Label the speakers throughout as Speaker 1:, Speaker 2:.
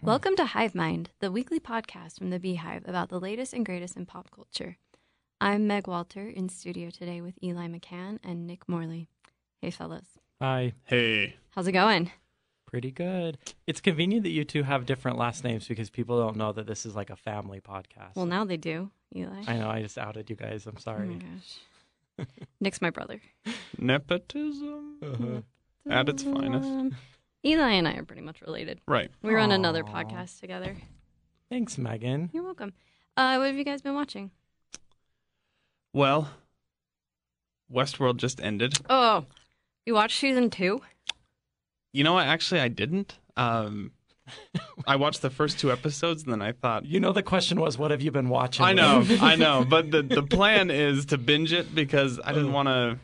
Speaker 1: Welcome to Hive Mind, the weekly podcast from the Beehive about the latest and greatest in pop culture. I'm Meg Walter in studio today with Eli McCann and Nick Morley. Hey, fellas.
Speaker 2: Hi.
Speaker 3: Hey,
Speaker 1: How's it going?
Speaker 2: Pretty good. It's convenient that you two have different last names because people don't know that this is like a family podcast.
Speaker 1: Well, now they do, Eli.
Speaker 2: I know I just outed you guys. I'm
Speaker 1: Oh my
Speaker 2: sorry.
Speaker 1: gosh. Nick's my brother.
Speaker 3: nepotism
Speaker 2: Uh-huh.
Speaker 3: at its finest.
Speaker 1: Um, Eli and I are pretty much related.
Speaker 3: Right.
Speaker 1: We were on another
Speaker 2: Aw.
Speaker 1: podcast together.
Speaker 2: Thanks, Megan.
Speaker 1: You're welcome. Uh, what have you guys been watching?
Speaker 3: Well, Westworld just ended.
Speaker 1: Oh, you watched season two?
Speaker 3: You know what? Actually, I didn't. Um, I watched the first two episodes and then I thought,
Speaker 2: You know the question was, what have you been watching?
Speaker 3: I know, I know. But the, the plan is to binge it because I didn't want to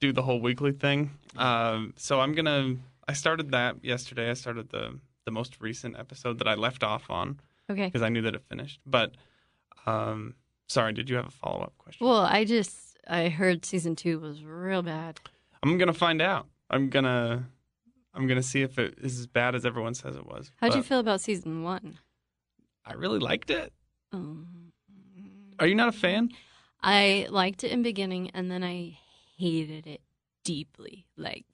Speaker 3: do the whole weekly thing. Um, so I'm going to, I started that yesterday. I started the, the most recent episode that I left off on
Speaker 1: Okay.
Speaker 3: because I knew that it finished. But um, sorry, did you have a follow up question?
Speaker 1: Well, I just I heard season two was real bad.
Speaker 3: I'm gonna find out. I'm gonna I'm gonna see if it is as bad as everyone says it was.
Speaker 1: How'd you
Speaker 3: But
Speaker 1: feel about season one?
Speaker 3: I really liked it.
Speaker 1: Um,
Speaker 3: Are you not a fan?
Speaker 1: I liked it in beginning, and then I hated it deeply, like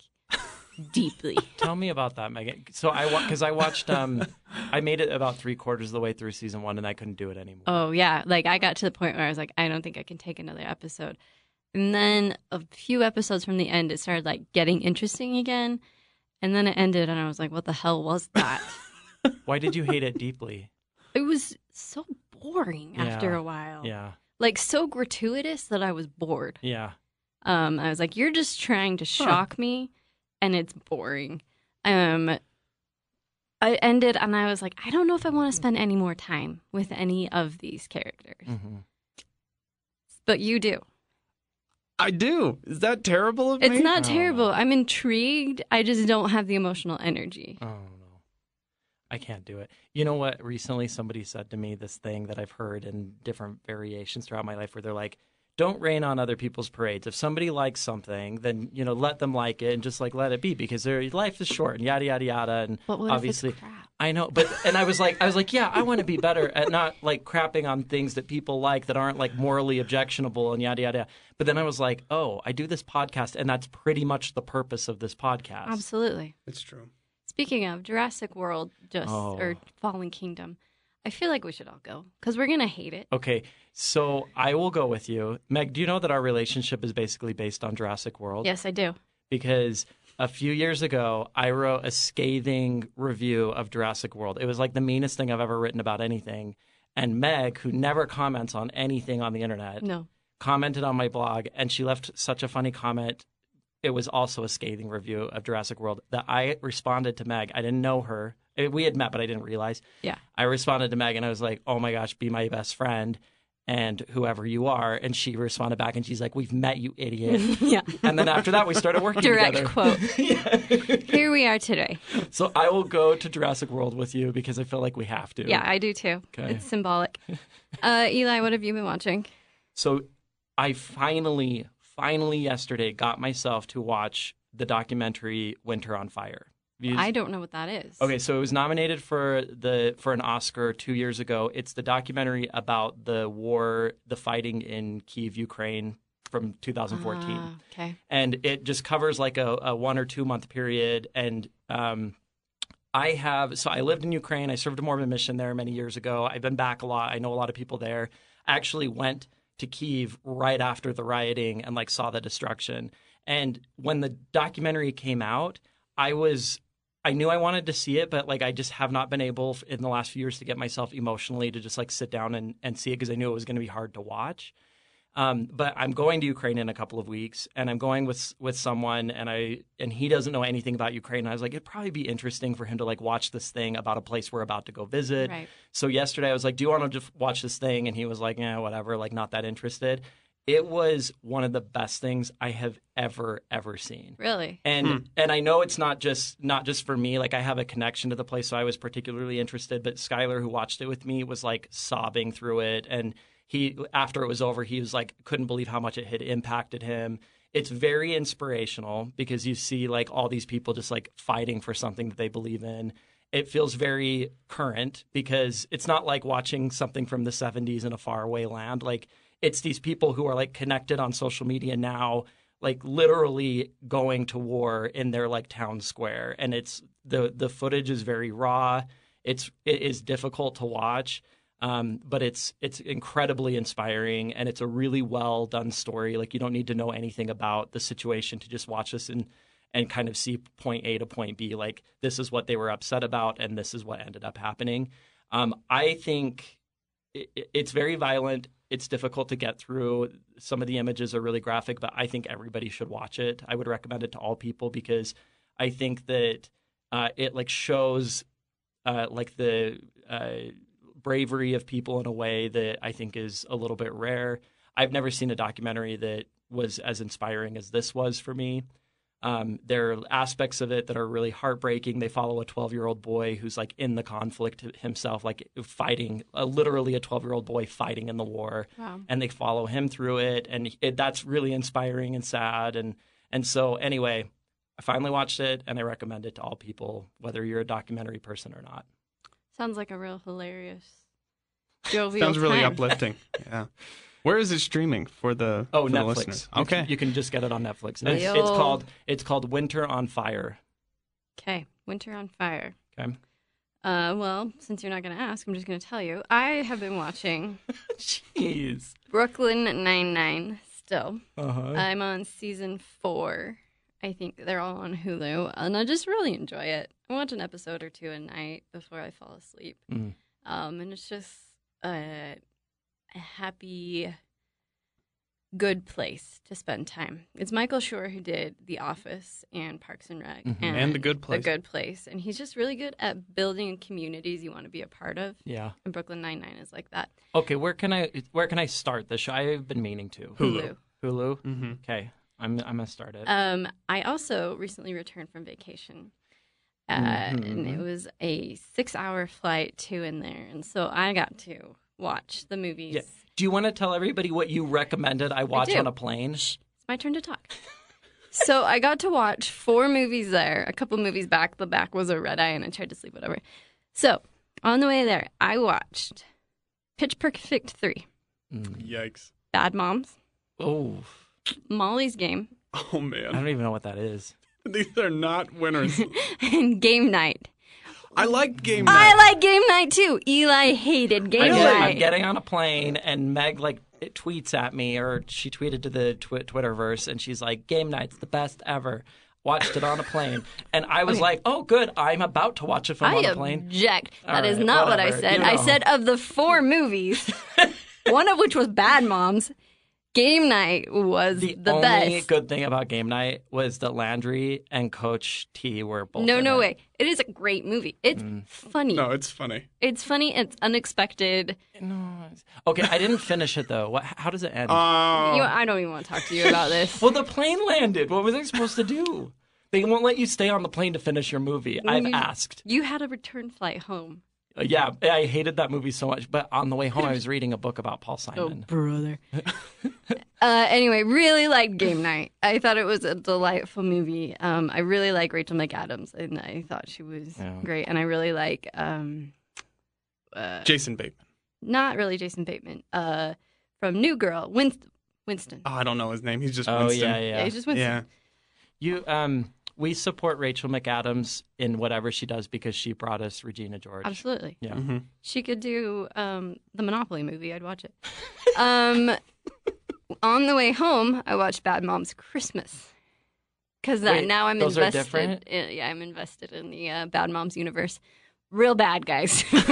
Speaker 1: deeply.
Speaker 2: Tell me about that, Megan. So I because I watched um I made it about three quarters of the way through season one and I couldn't do it anymore.
Speaker 1: Oh yeah, like I got to the point where I was like, I don't think I can take another episode. And then a few episodes from the end, it started like getting interesting again, and then it ended, and I was like, what the hell was that?
Speaker 2: Why did you hate it deeply?
Speaker 1: it was so boring after
Speaker 2: Yeah.
Speaker 1: a while,
Speaker 2: Yeah,
Speaker 1: like so gratuitous that I was bored.
Speaker 2: yeah.
Speaker 1: Um, I was like, "You're just trying to shock me, and it's boring." Um, I ended, and I was like, "I don't know if I want to spend any more time with any of these characters,"
Speaker 2: hmm
Speaker 1: but you do.
Speaker 3: I do. Is that terrible of me?
Speaker 1: It's not
Speaker 2: Oh.
Speaker 1: terrible. I'm intrigued. I just don't have the emotional energy.
Speaker 2: Oh no, I can't do it. You know what? Recently, somebody said to me this thing that I've heard in different variations throughout my life, where they're like, "Don't rain on other people's parades. If somebody likes something, then you know, let them like it and just like let it be because their life is short and yada yada yada." And
Speaker 1: But what
Speaker 2: obviously,
Speaker 1: if it's crap?
Speaker 2: I know, but and I was like, I was like, yeah, I want to be better at not like crapping on things that people like that aren't like morally objectionable and yada yada. yada. But then I was like, oh, I do this podcast, and that's pretty much the purpose of this podcast.
Speaker 1: Absolutely.
Speaker 3: It's true.
Speaker 1: Speaking of Jurassic World, just
Speaker 2: Oh.
Speaker 1: or Fallen Kingdom, I feel like we should all go because we're gonna hate it.
Speaker 2: Okay, so I will go with you, Meg. Do you know that our relationship is basically based on Jurassic World?
Speaker 1: Yes, I do.
Speaker 2: Because a few years ago, I wrote a scathing review of Jurassic World. It was like the meanest thing I've ever written about anything. And Meg, who never comments on anything on the internet,
Speaker 1: No.
Speaker 2: commented on my blog and she left such a funny comment. It was also a scathing review of Jurassic World that I responded to Meg. I didn't know her. Eh, We had met, but I didn't realize.
Speaker 1: Yeah.
Speaker 2: I responded to Meg and I was like, oh my gosh, be my best friend and whoever you are. And she responded back and she's like, we've met, you idiot.
Speaker 1: yeah.
Speaker 2: and then after that, we started working
Speaker 1: Direct
Speaker 2: together.
Speaker 1: quote. Here we are today.
Speaker 2: So I will go to Jurassic World with you because I feel like we have to.
Speaker 1: Yeah, I do too.
Speaker 2: Okay.
Speaker 1: It's symbolic. Uh, Eli, what have you been watching?
Speaker 2: So I finally, finally yesterday got myself to watch the documentary Winter on Fire. You-
Speaker 1: I don't know what that is.
Speaker 2: Okay, so it was nominated for the for an Oscar two years ago. It's the documentary about the war, the fighting in Kiev, Ukraine, from 2014,
Speaker 1: Ah, okay.
Speaker 2: and it just covers like a, a one or two month period. And um, I have so I lived in Ukraine. I served a Mormon mission there many years ago. I've been back a lot. I know a lot of people there. I actually went to Kiev right after the rioting and like saw the destruction. And when the documentary came out, I was I knew I wanted to see it, but like I just have not been able f- in the last few years to get myself emotionally to just like sit down and, and see it because I knew it was going to be hard to watch. Um, but I'm going to Ukraine in a couple of weeks, and I'm going with with someone, and I and he doesn't know anything about Ukraine. And I was like, it'd probably be interesting for him to like watch this thing about a place we're about to go visit.
Speaker 1: Right.
Speaker 2: So yesterday I was like, "Do you want to just watch this thing?" And he was like, "Yeah, whatever. Like, not that interested." It was one of the best things I have ever ever seen.
Speaker 1: Really?
Speaker 2: And and I know it's not just not just for me. Like I have a connection to the place, so I was particularly interested. But Skylar, who watched it with me, was like sobbing through it, and he after it was over, he was like couldn't believe how much it had impacted him. It's very inspirational because you see like all these people just like fighting for something that they believe in. it feels very current because it's not like watching something from the 70s in a faraway land. Like it's these people who are like connected on social media now, like literally going to war in their like town square, and it's the the footage is very raw. It's it is difficult to watch. Um, but it's it's incredibly inspiring and it's a really well done story. Like you don't need to know anything about the situation to just watch this and and kind of see point A to point B. Like this is what they were upset about, and this is what ended up happening. Um, I think it, it's very violent. It's difficult to get through. Some of the images are really graphic, but I think everybody should watch it. I would recommend it to all people because I think that uh, it like shows uh, like the uh, bravery of people in a way that I think is a little bit rare. I've never seen a documentary that was as inspiring as this was for me. Um, there are aspects of it that are really heartbreaking. They follow a 12 year old boy who's like in the conflict himself, like fighting, uh, literally a 12 year old boy fighting in the war.
Speaker 1: Wow.
Speaker 2: And they follow him through it. And it, that's really inspiring and sad. And, and so, anyway, I finally watched it and I recommend it to all people, whether you're a documentary person or not.
Speaker 1: Sounds like a real hilarious, jovial
Speaker 3: Sounds really
Speaker 1: time.
Speaker 3: uplifting. Yeah. Where is it streaming for the
Speaker 2: Oh,
Speaker 3: for the
Speaker 2: Netflix.
Speaker 3: listeners?
Speaker 2: You
Speaker 3: Okay.
Speaker 2: can- you can just get it on Netflix. It's,
Speaker 1: Nice.
Speaker 2: it's called it's called Winter on Fire.
Speaker 1: Okay, Winter on Fire.
Speaker 2: Okay.
Speaker 1: Uh, well, since you're not going to ask, I'm just going to tell you. I have been watching
Speaker 2: Jeez.
Speaker 1: Brooklyn Nine Nine still.
Speaker 3: Oh.
Speaker 2: Uh-huh.
Speaker 1: I'm on season four. I think they're all on Hulu, and I just really enjoy it. I watch an episode or two a night before I fall asleep,
Speaker 2: Mm.
Speaker 1: um, and it's just a, a happy, good place to spend time. It's Michael Shore who did The Office and Parks and Rec,
Speaker 2: Mhm.
Speaker 1: and,
Speaker 3: Mm-hmm. And The Good Place.
Speaker 1: The Good Place, and he's just really good at building communities you want to be a part of.
Speaker 2: Yeah.
Speaker 1: And Brooklyn Nine Nine is like that.
Speaker 2: Okay, where can I where can I start the show? I've been meaning to.
Speaker 3: Hulu.
Speaker 2: Hulu.
Speaker 3: Mm-hmm.
Speaker 2: Okay. I'm I'm gonna start it.
Speaker 1: Um, I also recently returned from vacation. Uh,
Speaker 2: Mm-hmm.
Speaker 1: And it was a six hour flight to and there. And so I got to watch the movies.
Speaker 2: Yeah. Do you want to tell everybody what you recommended I watch
Speaker 1: do.
Speaker 2: on a plane?
Speaker 1: It's my turn to talk. so I got to watch four movies there, a couple movies back. The back was a red eye and I tried to sleep, whatever. So on the way there, I watched Pitch Perfect 3,
Speaker 2: Mm.
Speaker 3: Yikes.
Speaker 1: Bad Moms,
Speaker 2: Oh,
Speaker 1: Molly's Game,
Speaker 3: Oh
Speaker 2: I
Speaker 3: man.
Speaker 2: don't even know what that is.
Speaker 3: These are not winners.
Speaker 1: and Game Night.
Speaker 3: I like game
Speaker 1: I
Speaker 3: night.
Speaker 1: like Game Night too. Eli hated Game
Speaker 2: I
Speaker 1: Night.
Speaker 2: get, I'm getting on a plane, and Meg like it tweets at me, or she tweeted to the tw- Twitterverse, and she's like, "Game night's the best ever." Watched it on a plane, and I was like, "Oh, good! I'm about to watch a film
Speaker 1: I
Speaker 2: on a plane."
Speaker 1: object. That
Speaker 2: All
Speaker 1: is
Speaker 2: right,
Speaker 1: not what I
Speaker 2: whatever.
Speaker 1: said.
Speaker 2: You
Speaker 1: I
Speaker 2: know.
Speaker 1: said of the four movies, one of which was Bad Moms, Game Night was the,
Speaker 2: The, only
Speaker 1: best.
Speaker 2: good thing about game night was that Landry and Coach T were both.
Speaker 1: No,
Speaker 2: in
Speaker 1: no
Speaker 2: it.
Speaker 1: way. It is a great movie. It's
Speaker 2: Mm.
Speaker 1: funny.
Speaker 3: No, it's funny.
Speaker 1: It's funny. It's unexpected.
Speaker 2: No. it's- Okay, I didn't finish it though. What, how does it end?
Speaker 3: Oh,
Speaker 1: You, I don't even want to talk to you about this.
Speaker 2: well, the plane landed. What were they supposed to do? They won't let you stay on the plane to finish your movie. I've
Speaker 1: you-
Speaker 2: asked.
Speaker 1: you had a return flight home.
Speaker 2: Uh, Yeah, I hated that movie so much. But on the way home, I was reading a book about Paul Simon.
Speaker 1: brother. uh, anyway, really liked Game Night. I thought it was a delightful movie. Um, I really like Rachel McAdams, and I thought she was
Speaker 2: Yeah.
Speaker 1: great. And I really like, um, uh,
Speaker 3: Jason Bateman.
Speaker 1: not really Jason Bateman, uh, from New Girl, Winston. Winston.
Speaker 3: Oh, I don't know his name. He's just
Speaker 2: Oh
Speaker 3: Winston.
Speaker 2: yeah,
Speaker 1: yeah.
Speaker 2: yeah.
Speaker 1: he's just Winston.
Speaker 3: Yeah.
Speaker 2: You um, we support Rachel McAdams in whatever she does because she brought us Regina George.
Speaker 1: Absolutely.
Speaker 2: Yeah.
Speaker 3: Mhm.
Speaker 1: She could do um, the Monopoly movie. I'd watch it. um, on the way home, I watched Bad Moms Christmas because
Speaker 2: Wait,
Speaker 1: now I'm
Speaker 2: those are
Speaker 1: invested.
Speaker 2: different?
Speaker 1: in- uh, yeah, I'm invested in the uh, Bad Moms universe. Real bad guys.
Speaker 2: Was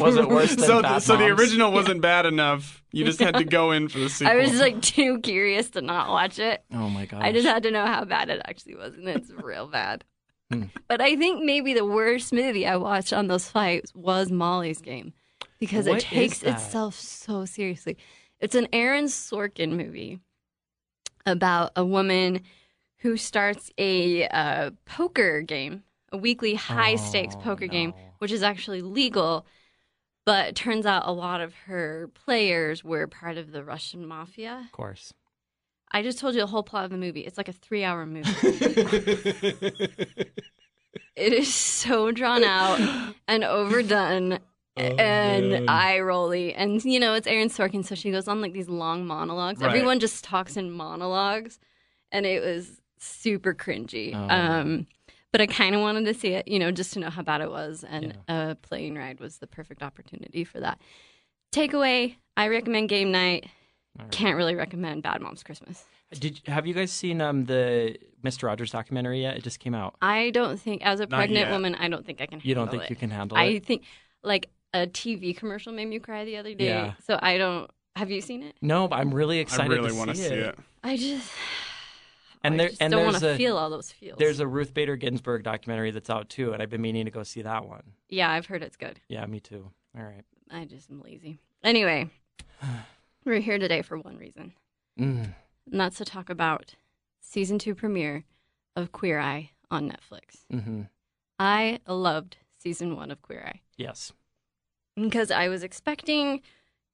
Speaker 1: was
Speaker 2: it worse than
Speaker 3: So,
Speaker 2: Bad
Speaker 3: so the
Speaker 2: Moms?
Speaker 3: original wasn't bad enough. You just had to go in for the sequel.
Speaker 1: I was like too curious to not watch it.
Speaker 2: Oh my gosh.
Speaker 1: I just had to know how bad it actually was, and it's real bad.
Speaker 2: Hmm.
Speaker 1: But I think maybe the worst movie I watched on those flights was Molly's Game because
Speaker 2: What
Speaker 1: it
Speaker 2: is
Speaker 1: takes
Speaker 2: that?
Speaker 1: itself so seriously. It's an Aaron Sorkin movie about a woman who starts a uh, poker game, a weekly high stakes
Speaker 2: Oh,
Speaker 1: poker game,
Speaker 2: no.
Speaker 1: which is actually legal. But it turns out a lot of her players were part of the Russian mafia.
Speaker 2: of course.
Speaker 1: I just told you the whole plot of the movie. It's like a three hour movie. It is so drawn out and overdone and eye rolly. And you know, it's Aaron Sorkin, so she goes on like these long monologues.
Speaker 3: Right.
Speaker 1: Everyone just talks in monologues, and it was super cringy.
Speaker 2: Oh.
Speaker 1: Um, but I kind of wanted to see it, you know, just to know how bad it was. And a plane ride was the perfect opportunity for that. Takeaway: I recommend Game Night.
Speaker 2: All right.
Speaker 1: Can't really recommend Bad Moms Christmas.
Speaker 2: Did have you guys seen um the Mr. Rogers documentary yet? It just came out.
Speaker 1: I don't think, as a
Speaker 3: Not
Speaker 1: pregnant
Speaker 3: yet.
Speaker 1: woman, I don't think I can.
Speaker 2: You don't
Speaker 1: handle
Speaker 2: think
Speaker 1: it.
Speaker 2: you can handle
Speaker 1: I
Speaker 2: it?
Speaker 1: think like a TV commercial made me cry the other day.
Speaker 2: Yeah.
Speaker 1: So I don't. Have you seen it?
Speaker 2: No, but I'm really
Speaker 3: I
Speaker 2: excited.
Speaker 3: really
Speaker 2: want to
Speaker 3: see it.
Speaker 1: I just.
Speaker 2: And
Speaker 1: I
Speaker 2: there
Speaker 1: just
Speaker 2: and
Speaker 1: don't
Speaker 2: there's
Speaker 1: want to
Speaker 2: a
Speaker 1: feel all those feels.
Speaker 2: there's a Ruth Bader Ginsburg documentary that's out too, and I've been meaning to go see that one.
Speaker 1: yeah, I've heard it's good.
Speaker 2: Yeah, me too. All right.
Speaker 1: I just am lazy. Anyway, we're here today for one reason,
Speaker 2: Mm.
Speaker 1: and that's to talk about season two premiere of Queer Eye on Netflix.
Speaker 2: hmm
Speaker 1: I loved season one of Queer Eye.
Speaker 2: Yes.
Speaker 1: because I was expecting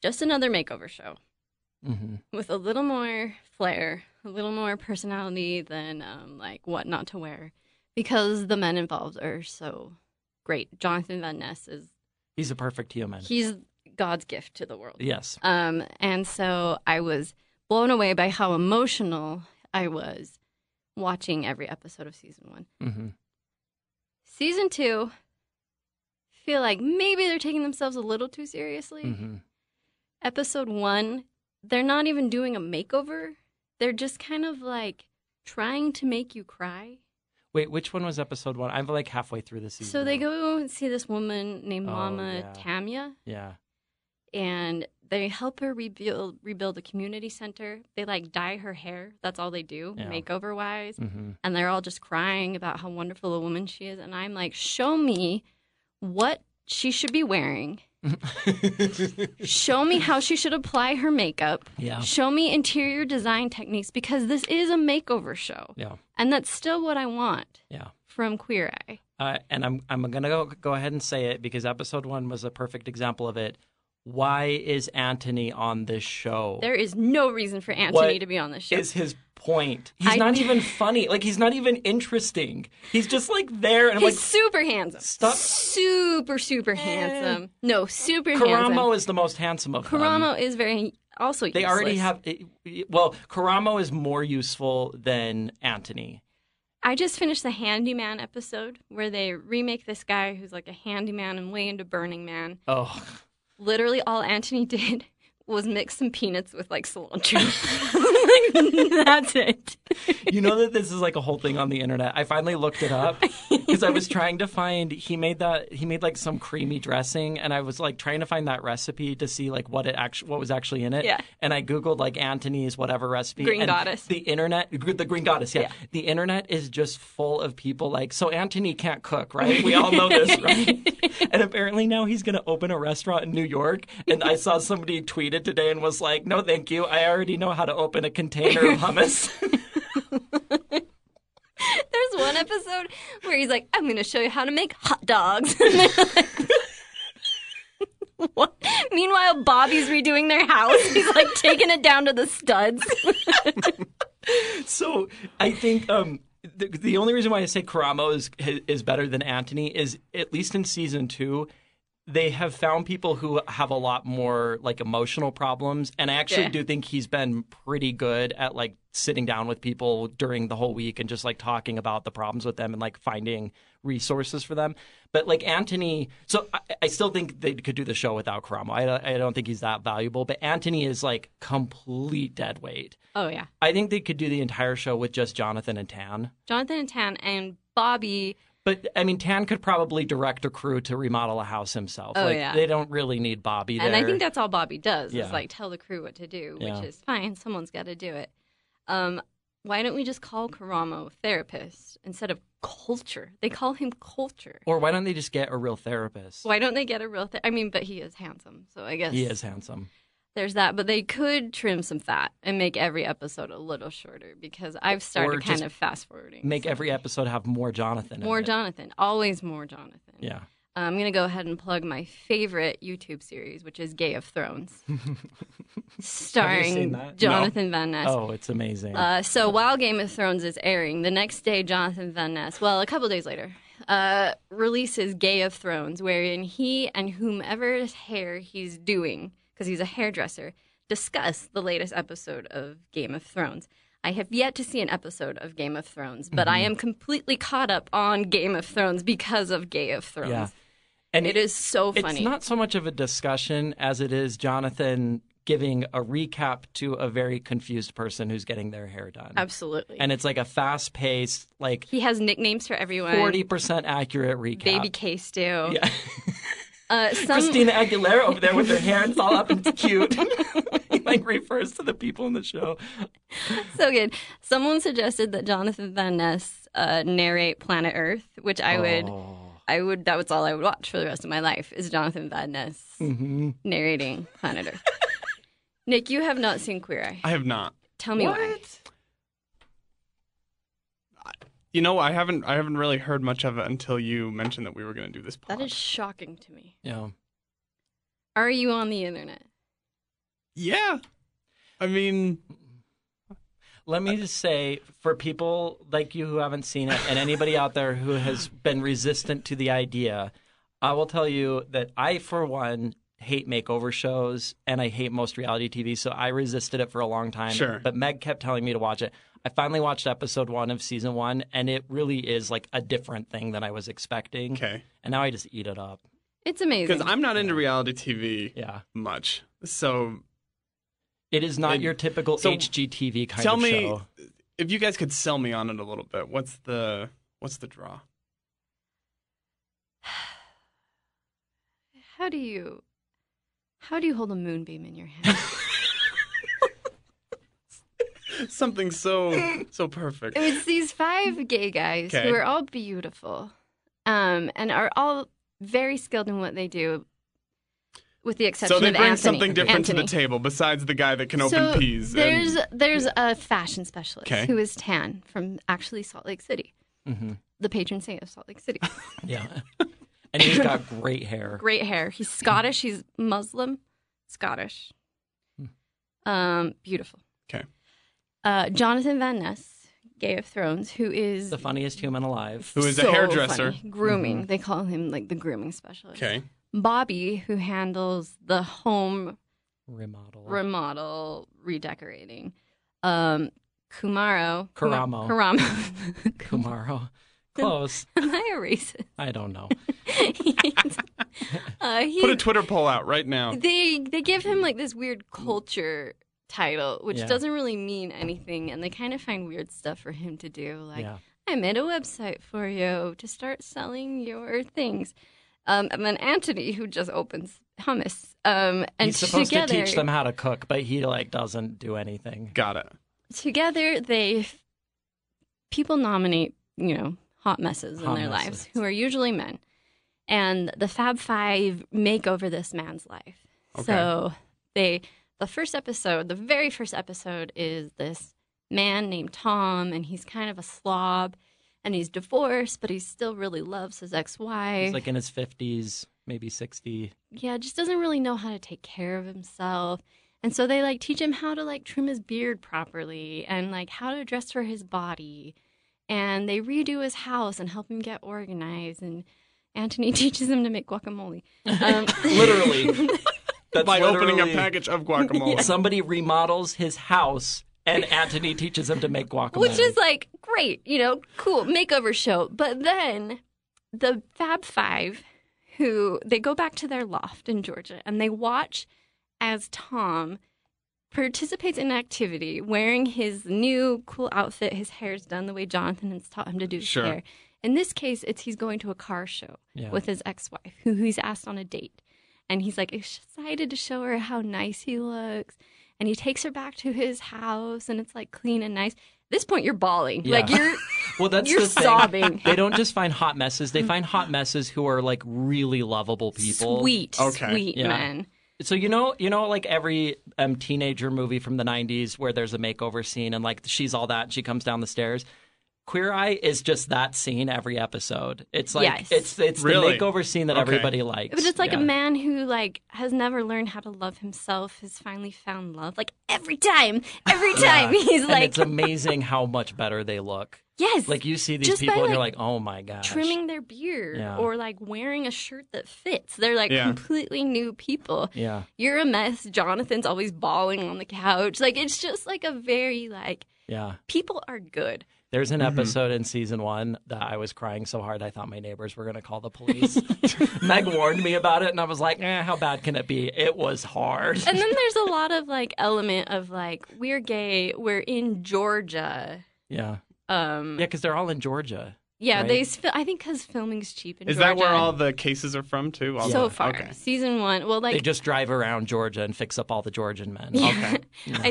Speaker 1: just another makeover show
Speaker 2: hmm
Speaker 1: with a little more flair, a little more personality than um, like what not to wear, because the men involved are so great. Jonathan Van Ness is
Speaker 2: He's a perfect human.
Speaker 1: he's God's gift to the world.
Speaker 2: yes.
Speaker 1: Um, and so I was blown away by how emotional I was watching every episode of season one.
Speaker 2: hmm
Speaker 1: Season two, feel like maybe they're taking themselves a little too seriously.
Speaker 2: hmm
Speaker 1: episode one, they're not even doing a makeover. They're just kind of like trying to make you cry.
Speaker 2: Wait, which one was episode one? I'm like halfway through the season.
Speaker 1: So they
Speaker 2: now.
Speaker 1: go and see this woman named
Speaker 2: Oh,
Speaker 1: Mama
Speaker 2: yeah.
Speaker 1: Tamia,
Speaker 2: Yeah.
Speaker 1: and they help her rebuild rebuild a community center. They like dye her hair. That's all they do,
Speaker 2: Yeah.
Speaker 1: makeover wise.
Speaker 2: hmm
Speaker 1: And they're all just crying about how wonderful a woman she is. And I'm like, show me what she should be wearing. Show me how she should apply her makeup.
Speaker 2: yeah.
Speaker 1: Show me interior design techniques because this is a makeover show.
Speaker 2: Yeah.
Speaker 1: And that's still what I want
Speaker 2: Yeah.
Speaker 1: from Queer Eye.
Speaker 2: Uh, and I'm I'm gonna go, go ahead and say it because episode one was a perfect example of it. Why is Antony on this show?
Speaker 1: There is no reason for Anthony
Speaker 2: What
Speaker 1: to be on this show.
Speaker 2: is his point? He's
Speaker 1: I-
Speaker 2: not even funny. Like he's not even interesting. He's just like there and I'm
Speaker 1: He's
Speaker 2: like
Speaker 1: super handsome.
Speaker 2: Stop- Eh.
Speaker 1: Super, super handsome. No, super handsome.
Speaker 2: Karamo is the most handsome of them.
Speaker 1: Karamo is very also
Speaker 2: They already
Speaker 1: useless.
Speaker 2: have. it- it- Well, Karamo is more useful than Antony.
Speaker 1: I just finished the handyman episode where they remake this guy who's like a handyman and way into Burning Man.
Speaker 2: Oh,
Speaker 1: literally all Anthony did was mix some peanuts with like cilantro. like, that's it.
Speaker 2: you know that this is like a whole thing on the internet. I finally looked it up because I was trying to find. He made that. He made like some creamy dressing, and I was like trying to find that recipe to see like what it actually what was actually in it.
Speaker 1: Yeah.
Speaker 2: And I googled like Antony's whatever recipe.
Speaker 1: Green
Speaker 2: and
Speaker 1: Goddess.
Speaker 2: The internet. The Green Goddess. Yeah.
Speaker 1: Yeah.
Speaker 2: The internet is just full of people like. So Antony can't cook, right? We all know this, right? and apparently now he's going to open a restaurant in New York. And I saw somebody tweet it today and was like, "No, thank you. I already know how to open a container of hummus."
Speaker 1: There's one episode where he's like, I'm going to show you how to make hot dogs. What? Meanwhile, Bobby's redoing their house. He's like taking it down to the studs.
Speaker 2: So I think um, the, the only reason why I say Karamo is is better than Antony is at least in season two, they have found people who have a lot more like emotional problems, and I actually
Speaker 1: Yeah.
Speaker 2: do think he's been pretty good at like sitting down with people during the whole week and just like talking about the problems with them and like finding resources for them. But like Antony, so I, I still think they could do the show without Karamo. I, don't- I don't think he's that valuable, but Antony is like complete dead weight.
Speaker 1: Oh, yeah.
Speaker 2: I think they could do the entire show with just Jonathan and Tan.
Speaker 1: Jonathan and Tan and Bobby.
Speaker 2: But I mean, Tan could probably direct a crew to remodel a house himself.
Speaker 1: Oh,
Speaker 2: like,
Speaker 1: yeah.
Speaker 2: They don't really need Bobby there.
Speaker 1: And I think that's all Bobby does
Speaker 2: Yeah.
Speaker 1: is like tell the crew what to do,
Speaker 2: Yeah.
Speaker 1: which is fine. Someone's got to do it. Um, why don't we just call Karamo therapist instead of culture? They call him culture.
Speaker 2: Or why don't they just get a real therapist?
Speaker 1: Why don't they get a real? Th- I mean, but he is handsome, so I guess
Speaker 2: He is handsome.
Speaker 1: There's that, but they could trim some fat and make every episode a little shorter because I've
Speaker 2: Or
Speaker 1: started kind
Speaker 2: just
Speaker 1: of fast forwarding.
Speaker 2: Make
Speaker 1: so-
Speaker 2: every episode have more Jonathan. in
Speaker 1: more
Speaker 2: it.
Speaker 1: Jonathan, always more Jonathan.
Speaker 2: Yeah.
Speaker 1: I'm gonna go ahead and plug my favorite YouTube series, which is Gay of Thrones,
Speaker 2: seen
Speaker 1: starring
Speaker 2: that?
Speaker 1: Jonathan Van Ness.
Speaker 2: Oh, it's amazing.
Speaker 1: Um, Uh, so while Game of Thrones is airing, the next day Jonathan Van Ness, well, a couple days later, uh, releases Gay of Thrones, wherein he and whomever's hair he's doing, because he's a hairdresser, discuss the latest episode of Game of Thrones. I have yet to see an episode of Game of Thrones, but
Speaker 2: Mm-hmm.
Speaker 1: I am completely caught up on Game of Thrones because of Gay of Thrones.
Speaker 2: Yeah.
Speaker 1: And it is so funny.
Speaker 2: It's not so much of a discussion as it is Jonathan giving a recap to a very confused person who's getting their hair done.
Speaker 1: Absolutely.
Speaker 2: And it's like a fast paced, like
Speaker 1: he has nicknames for everyone.
Speaker 2: 40% accurate recap.
Speaker 1: Baby Case do.
Speaker 2: Yeah.
Speaker 1: Uh, some,
Speaker 2: Christina Aguilera over there with her hair, it's all up and it's cute. he like refers to the people in the show.
Speaker 1: so good. Someone suggested that Jonathan Van Ness uh, narrate Planet Earth, which I
Speaker 2: Oh.
Speaker 1: would, I would. That was all I would watch for the rest of my life is Jonathan Van Ness
Speaker 2: Mhm.
Speaker 1: narrating Planet Earth. Nick, you have not seen Queer Eye.
Speaker 3: I have not.
Speaker 1: Tell me why.
Speaker 3: You know, I haven't. I haven't really heard much of it until you mentioned that we were going to do this. Pod.
Speaker 1: That is shocking to me.
Speaker 2: Yeah.
Speaker 1: Are you on the internet?
Speaker 3: Yeah. I mean,
Speaker 2: Let me just say for people like you who haven't seen it and anybody out there who has been resistant to the idea, I will tell you that I, for one, hate makeover shows and I hate most reality TV. So I resisted it for a long time.
Speaker 3: Sure.
Speaker 2: But Meg kept telling me to watch it. I finally watched episode one of season one and it really is like a different thing than I was expecting.
Speaker 3: okay.
Speaker 2: And now I just eat it up.
Speaker 1: It's amazing.
Speaker 3: Because I'm not into reality TV
Speaker 2: Yeah.
Speaker 3: much. So
Speaker 2: It is not
Speaker 3: It-
Speaker 2: your typical
Speaker 3: so
Speaker 2: HGTV kind
Speaker 3: tell
Speaker 2: of
Speaker 3: me
Speaker 2: show.
Speaker 3: if you guys could sell me on it a little bit. What's the What's the draw?
Speaker 1: How do you how do you hold a moonbeam in your hand?
Speaker 3: Something so so perfect.
Speaker 1: it's these five gay guys
Speaker 3: Okay.
Speaker 1: who are all beautiful um, and are all very skilled in what they do with the exception
Speaker 3: So they
Speaker 1: of
Speaker 3: bring
Speaker 1: Anthony.
Speaker 3: something different to the
Speaker 1: Anthony.
Speaker 3: table besides the guy that can open
Speaker 1: so
Speaker 3: peas.
Speaker 1: There's
Speaker 3: and,
Speaker 1: there's a fashion specialist
Speaker 3: Okay.
Speaker 1: who is tan from actually Salt Lake City,
Speaker 2: hmm
Speaker 1: the patron saint of Salt Lake City.
Speaker 2: Yeah. and he's got great hair.
Speaker 1: Great hair. He's Scottish. He's Muslim, Scottish. Um, beautiful.
Speaker 3: 'Kay.
Speaker 1: Uh, Jonathan Van Ness, Gay of Thrones, who is
Speaker 2: The funniest human alive.
Speaker 3: who is a
Speaker 1: so
Speaker 3: hairdresser.
Speaker 1: funny. grooming. They call him like the grooming specialist.
Speaker 3: okay.
Speaker 1: Bobby, who handles the home
Speaker 2: remodel.
Speaker 1: remodel, redecorating. Um, Kumaro.
Speaker 2: Karamo.
Speaker 1: Karamo.
Speaker 2: Kumaro. Close.
Speaker 1: Am I a racist?
Speaker 2: I don't know.
Speaker 1: uh, he's,
Speaker 3: Put a Twitter poll out right now.
Speaker 1: they they give him like this weird culture title, which
Speaker 2: Yeah.
Speaker 1: doesn't really mean anything, and they kind of find weird stuff for him to do. Like,
Speaker 2: yeah.
Speaker 1: I made a website for you to start selling your things. Um, and then Anthony, who just opens hummus, um, and
Speaker 2: He's supposed
Speaker 1: together,
Speaker 2: to teach them how to cook, but he like doesn't do anything.
Speaker 3: Got it.
Speaker 1: together they people nominate you know hot messes
Speaker 2: Hot
Speaker 1: in their
Speaker 2: messes.
Speaker 1: lives who are usually men and the fab five make over this man's life so they the first episode the very first episode is this man named tom and he's kind of a slob and he's divorced but he still really loves his ex-wife
Speaker 2: He's like in his fifties, maybe sixty.
Speaker 1: yeah, just doesn't really know how to take care of himself. And so they like teach him how to like trim his beard properly and like how to dress for his body. And they redo his house and help him get organized. And Anthony teaches him to make guacamole. Um,
Speaker 2: Literally. That's
Speaker 3: By opening
Speaker 2: literally-
Speaker 3: a package of guacamole.
Speaker 2: Somebody remodels his house and Anthony teaches him to make guacamole.
Speaker 1: Which is like great, you know, cool makeover show. But then the Fab Five, who they go back to their loft in Georgia and they watch as Tom participates in an activity wearing his new cool outfit. His hair's done the way Jonathan has taught him to do his
Speaker 3: Sure.
Speaker 1: hair. In this case, it's he's going to a car show
Speaker 2: Yeah.
Speaker 1: with his ex-wife, who he's asked on a date, and he's like excited to show her how nice he looks, and he takes her back to his house, and it's like clean and nice. At this point, you're bawling,
Speaker 2: Yeah.
Speaker 1: like you're
Speaker 2: well, that's
Speaker 1: you're
Speaker 2: the thing.
Speaker 1: sobbing.
Speaker 2: They don't just find hot messes; they find hot messes who are like really lovable people.
Speaker 1: sweet,
Speaker 3: Okay.
Speaker 1: sweet
Speaker 2: Yeah.
Speaker 1: man.
Speaker 2: So you know, you know, like every um, teenager movie from the '90s where there's a makeover scene and like she's all that, and she comes down the stairs. Queer Eye is just that scene every episode. It's like
Speaker 1: Yes.
Speaker 2: it's it's
Speaker 3: Really?
Speaker 2: the makeover scene that
Speaker 3: Okay.
Speaker 2: everybody likes.
Speaker 1: But it's like a
Speaker 2: Yeah.
Speaker 1: man who like has never learned how to love himself has finally found love. Like every time, every time he's
Speaker 2: and
Speaker 1: like
Speaker 2: it's amazing how much better they look.
Speaker 1: Yes.
Speaker 2: Like you see these
Speaker 1: Just by,
Speaker 2: people and you're
Speaker 1: like,
Speaker 2: like, oh my gosh.
Speaker 1: trimming their beard
Speaker 2: Yeah.
Speaker 1: or like wearing a shirt that fits. They're like
Speaker 3: Yeah.
Speaker 1: completely new people.
Speaker 2: Yeah.
Speaker 1: You're a mess. Jonathan's always bawling on the couch. Like it's just like a very like
Speaker 2: Yeah.
Speaker 1: people are good.
Speaker 2: There's an
Speaker 3: Mhm.
Speaker 2: episode in season one that I was crying so hard I thought my neighbors were going to call the police. Meg warned me about it, and I was like, eh, how bad can it be? It was hard.
Speaker 1: And then there's a lot of like element of like we're gay, we're in Georgia.
Speaker 2: Yeah.
Speaker 1: Um
Speaker 2: Yeah, because they're all in Georgia.
Speaker 1: yeah,
Speaker 2: right.
Speaker 1: they sp- I think cuz filming's cheap in
Speaker 3: Is
Speaker 1: Georgia.
Speaker 3: that where all the cases are from too? All
Speaker 1: so
Speaker 3: the-
Speaker 1: far.
Speaker 3: Oh, Okay.
Speaker 1: Season 1. Well
Speaker 2: They
Speaker 1: like
Speaker 2: just drive around Georgia and fix up all the Georgian men.
Speaker 1: Yeah.
Speaker 3: Okay.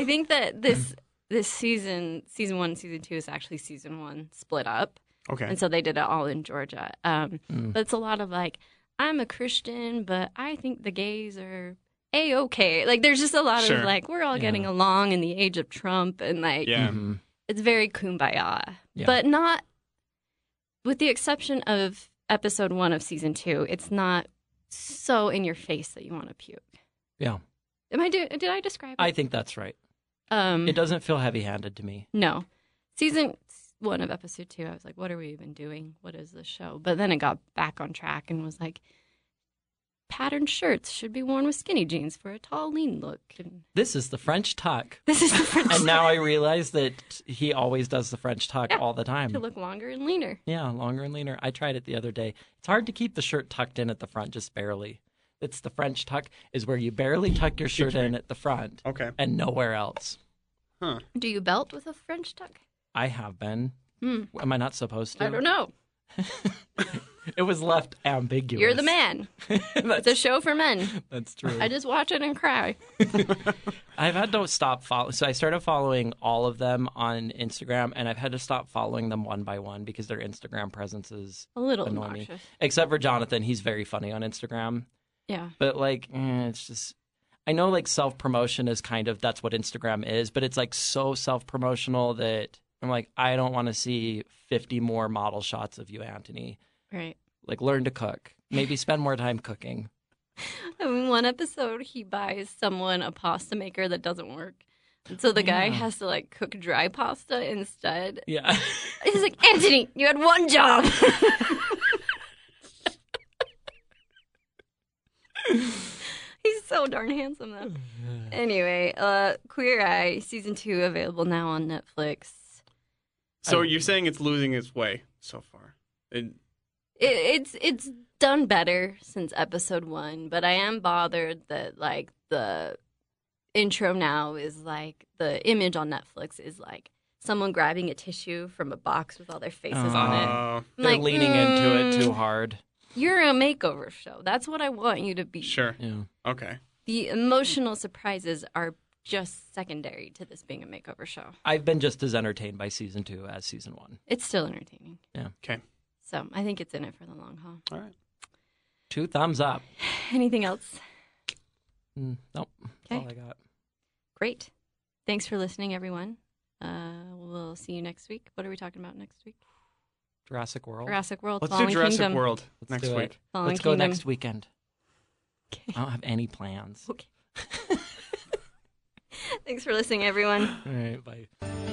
Speaker 1: I think that this this season, season 1 and season 2 is actually season 1 split up.
Speaker 3: Okay.
Speaker 1: And so they did it all in Georgia. Um,
Speaker 2: Mm.
Speaker 1: But it's a lot of like, I'm a Christian, but I think the gays are a okay. Like, there's just a lot
Speaker 3: Sure.
Speaker 1: of like, we're all
Speaker 2: Yeah.
Speaker 1: getting along in the age of Trump, and like,
Speaker 3: Yeah.
Speaker 2: Mhm.
Speaker 1: it's very kumbaya,
Speaker 2: Yeah.
Speaker 1: but not with the exception of episode one of season two. It's not so in your face that you want to puke.
Speaker 2: Yeah.
Speaker 1: Am I do? Did I describe?
Speaker 2: I
Speaker 1: It?
Speaker 2: think that's right.
Speaker 1: um,
Speaker 2: It doesn't feel heavy handed to me.
Speaker 1: no. Season one of episode two, I was like, what are we even doing? What is this show? But then it got back on track and was like, patterned shirts should be worn with skinny jeans for a tall, lean look. And
Speaker 2: This is the French tuck.
Speaker 1: this is the French
Speaker 2: And now I realize that he always does the French tuck
Speaker 1: Yeah.
Speaker 2: all the time.
Speaker 1: to look longer and leaner.
Speaker 2: Yeah, longer and leaner. I tried it the other day. It's hard to keep the shirt tucked in at the front, just barely. It's the French tuck, is where you barely tuck your shirt in at the front
Speaker 3: Okay.
Speaker 2: and nowhere else.
Speaker 3: Huh.
Speaker 1: Do you belt with a French tuck?
Speaker 2: I have been.
Speaker 1: Hmm.
Speaker 2: Am I not supposed to?
Speaker 1: I don't know.
Speaker 2: It was left ambiguous.
Speaker 1: You're the man. It's a
Speaker 2: that's,
Speaker 1: show for men.
Speaker 2: that's true.
Speaker 1: I just watch it and cry.
Speaker 2: I've had to stop following. So I started following all of them on Instagram, and I've had to stop following them one by one because their Instagram presence is
Speaker 1: A little
Speaker 2: annoying me.
Speaker 1: obnoxious.
Speaker 2: Except for Jonathan, he's very funny on Instagram.
Speaker 1: Yeah.
Speaker 2: but like eh, it's just i know like self-promotion is kind of that's what instagram is but it's like so self-promotional that i'm like i don't want to see 50 more model shots of you anthony
Speaker 1: Right.
Speaker 2: like learn to cook maybe spend more time cooking
Speaker 1: In one episode, he buys someone a pasta maker that doesn't work. And so the guy
Speaker 2: Yeah.
Speaker 1: has to like cook dry pasta instead.
Speaker 2: yeah
Speaker 1: He's like, Anthony, you had one job. He's so darn handsome, though. Anyway, uh, Queer Eye, season two, available now on Netflix.
Speaker 3: So
Speaker 2: I-
Speaker 3: you're saying it's losing its way so far? It,
Speaker 1: It, it's it's done better since episode one, but I am bothered that like the intro now is like the image on Netflix is like someone grabbing a tissue from a box with all their faces on it. I'm
Speaker 3: uh,
Speaker 2: they're
Speaker 1: like,
Speaker 2: leaning into it too
Speaker 1: "Mm,
Speaker 2: hard
Speaker 1: You're a makeover show. That's what I want you to be.
Speaker 3: sure.
Speaker 2: yeah
Speaker 3: Okay.
Speaker 1: The emotional surprises are just secondary to this being a makeover show.
Speaker 2: i've been just as entertained by season two as season one
Speaker 1: It's still entertaining.
Speaker 2: Yeah.
Speaker 3: Okay.
Speaker 1: So I think it's in it for the long haul.
Speaker 3: All right.
Speaker 2: two thumbs up
Speaker 1: Anything else?
Speaker 2: mm, nope that's
Speaker 1: Okay.
Speaker 2: all i got
Speaker 1: Great. Thanks for listening, everyone. Uh, we'll see you next week. What are we talking about next week?
Speaker 2: jurassic world
Speaker 1: Jurassic Oh, World.
Speaker 3: Let's do
Speaker 1: Fallen
Speaker 3: Jurassic
Speaker 1: Kingdom.
Speaker 3: World
Speaker 2: Let's
Speaker 3: next
Speaker 2: do it.
Speaker 3: week.
Speaker 1: Fallen
Speaker 2: let's go
Speaker 1: Kingdom.
Speaker 2: next weekend
Speaker 1: Okay.
Speaker 2: i don't have any plans
Speaker 1: Thanks for listening, everyone.
Speaker 2: all right bye